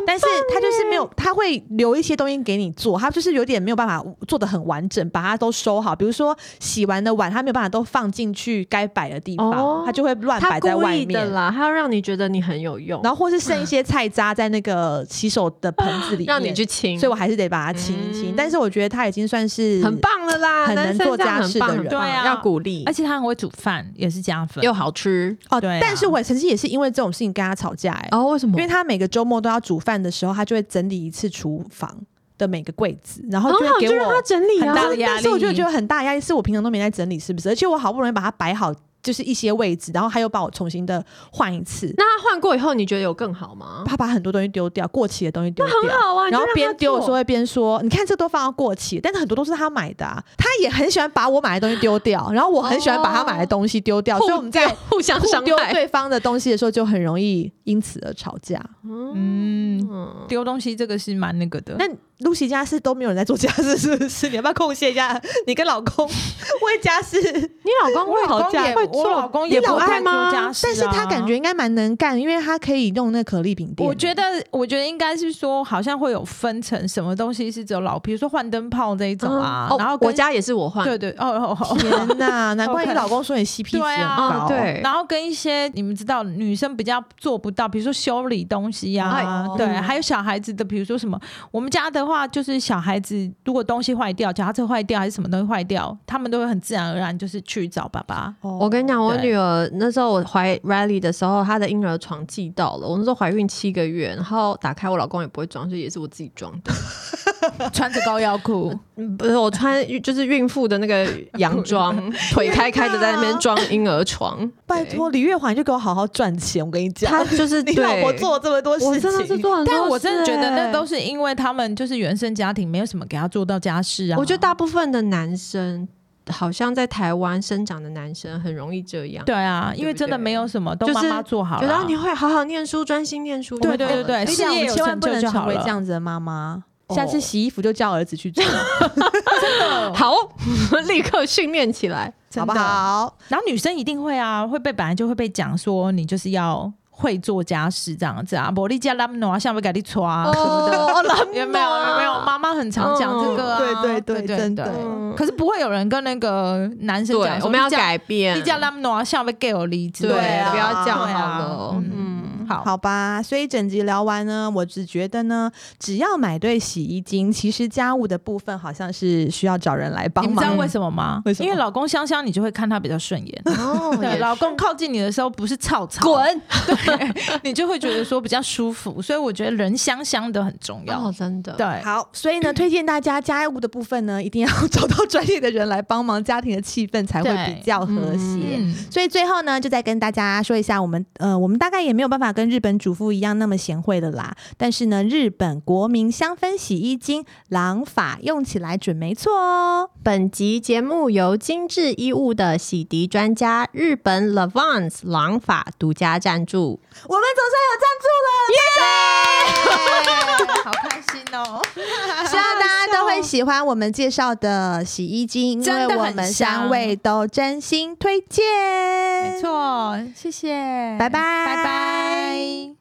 但是他就是没有，他会留一些东西给你做，他就是有点没有办法做的很完整，把它都收好。比如说洗完的碗，他没有办法都放进去该摆的地方，
哦
他就会乱
他
摆在
故
外
意的
面。
啦，他要让你觉得你很有用，
然后或是剩一些菜渣在那个洗手 的盆子里面，
让你去清，
所以我还是得把它清一清。
嗯
但是我觉得他已经算是
很，棒了啦，
很能
男生
做
这样
家
很
事的
棒
人
很棒
对啊
要鼓励，
而且他很会煮饭，也是加分。
又好吃
哦。
对啊
但是我曾经也是因为这种事情跟他吵架、欸，
哦？为什么
因为他每个周末都要煮饭的时候，他就会整理一次厨房的每个柜子，然哦后就会给
哦就让
我
他整理
很
啊
大，
的压
但是我就会
力
觉得很大压力，是我平常都没在整理，是不是？而且我好不容易把它摆好，就是一些位置，然后他又把我重新的换一次，
那他换过以后，你觉得有更好吗？
他把很多东西丢掉，过期的东西丢掉。
好啊
然后边丢的时候
说，
会边说：“你看这都放到过期，但是很多都是他买的、啊，他也很喜欢把我买的东西丢掉，然后我很喜欢把他买的东西丢掉，所以我们在
互相
哦互
伤
丢
害，
对方的东西的时候就很容易因此而吵架。
嗯，
嗯，
丢东西这个是蛮那个的。
那露西家是都没有人在做家事， 是不是？你要不要贡献一下？你跟老公 为家事，
你老公会
我老
吵
公
架
也，
会
我
做
老公
你
也
老
不
爱
太
啊
做
吗
家事、啊
但是啊他感觉。应该蛮能干，因为他可以用那可丽饼店。
我觉得，我觉得应该是说，好像会有分成什么东西是只有老，比如说换灯泡这一种啊，
嗯哦
然后跟
我家也是我换，
对对哦 哦哦，
天哪，难怪你
OK
老公说你 CP 值很
对啊
高。
嗯对
然后跟一些你们知道女生比较做不到，比如说修理东西呀、啊，
哎
对，
嗯
还有小孩子的，比如说什么，我们家的话就是小孩子如果东西坏掉，脚踏车坏掉还是什么东西坏掉，他们都会很自然而然就是去找爸 爸。
哦
我跟你讲，我
对
女儿那时候我怀 Riley 的时候，她的婴儿床寄到了。我那时候怀孕七个月，然后打开我老公也不会装，所以也是我自己装的。
穿着高腰裤，
嗯不是我穿就是孕妇的那 个洋装，腿开开的
啊
在那边装婴儿 床。
拜托李月华，你就给我好好赚钱。我跟你讲，
她就是
你老婆
对
做了这么多事情，
我真的是做很多事、
但我真的觉得那都
是。
是因为他们就是原生家庭没有什么给他做到家事啊。
欸我觉得大部分的男生，好像在台湾生长的男生很容易这样。
对啊，因为
对不
真的
对
没有什么都
就
妈
是
妈做好
觉
了
得
啊
啊，你 会好好念书，专心念书。
对对对对
哎
事
这样
业
我
有
千万
成
不
就
能
就
成
好
为
了
这样子的妈妈。
哦
下次洗衣服就叫儿子去 做，
好，立刻训练 起来。
好
真
不
的
好？
然后女生一定会啊，会被本来就会被讲说你就是要会做家事这样子啊，伯利加拉姆诺啊，像不给你搓啊
哦
什么的。
哦，蓝
有没有？有没有？妈妈很常讲这个啊，
嗯对对对
对
真的
对。可是不会有人跟那个男生讲
对，
说，
我们要
你这样
改变
你。叫他们拿啊像被 gay 有离职，
对，
对啊
不要这样
对
好
啊
了。
嗯
嗯，
好，
好吧，所以整集聊完呢，我只觉得呢，只要买对洗衣精，其实家务的部分好像是需要找人来帮
你们知
忙
道
的。
为什么吗？
为什么
因为老公香香，你就会看他比较顺眼。
哦
对， 老公靠近你的时候不是草草，
滚！
你就会觉得说比较舒服。所以我觉得人香香的很重要。
哦，真的，
对，
好，所以呢，推荐大家家务的部分呢，一定要找到专业的人来帮忙，家庭的气氛才会
对
比较和谐。
嗯，
所以最后呢，就再跟大家说一下，我们呃，我们大概也没有办法跟日本主妇一样那么贤惠的啦。但是呢，日本国民香氛洗衣精朗法用起来准没错 哦。
本集节目由精致衣物的洗涤专家日本 Levance 朗法独家赞助。
我们总算有赞助了，耶！
好开心哦！
希望大家都会喜欢我们介绍的洗衣精，因为
真的很
我们三
香
位都真心推荐。
没错，谢谢，
拜拜
拜拜。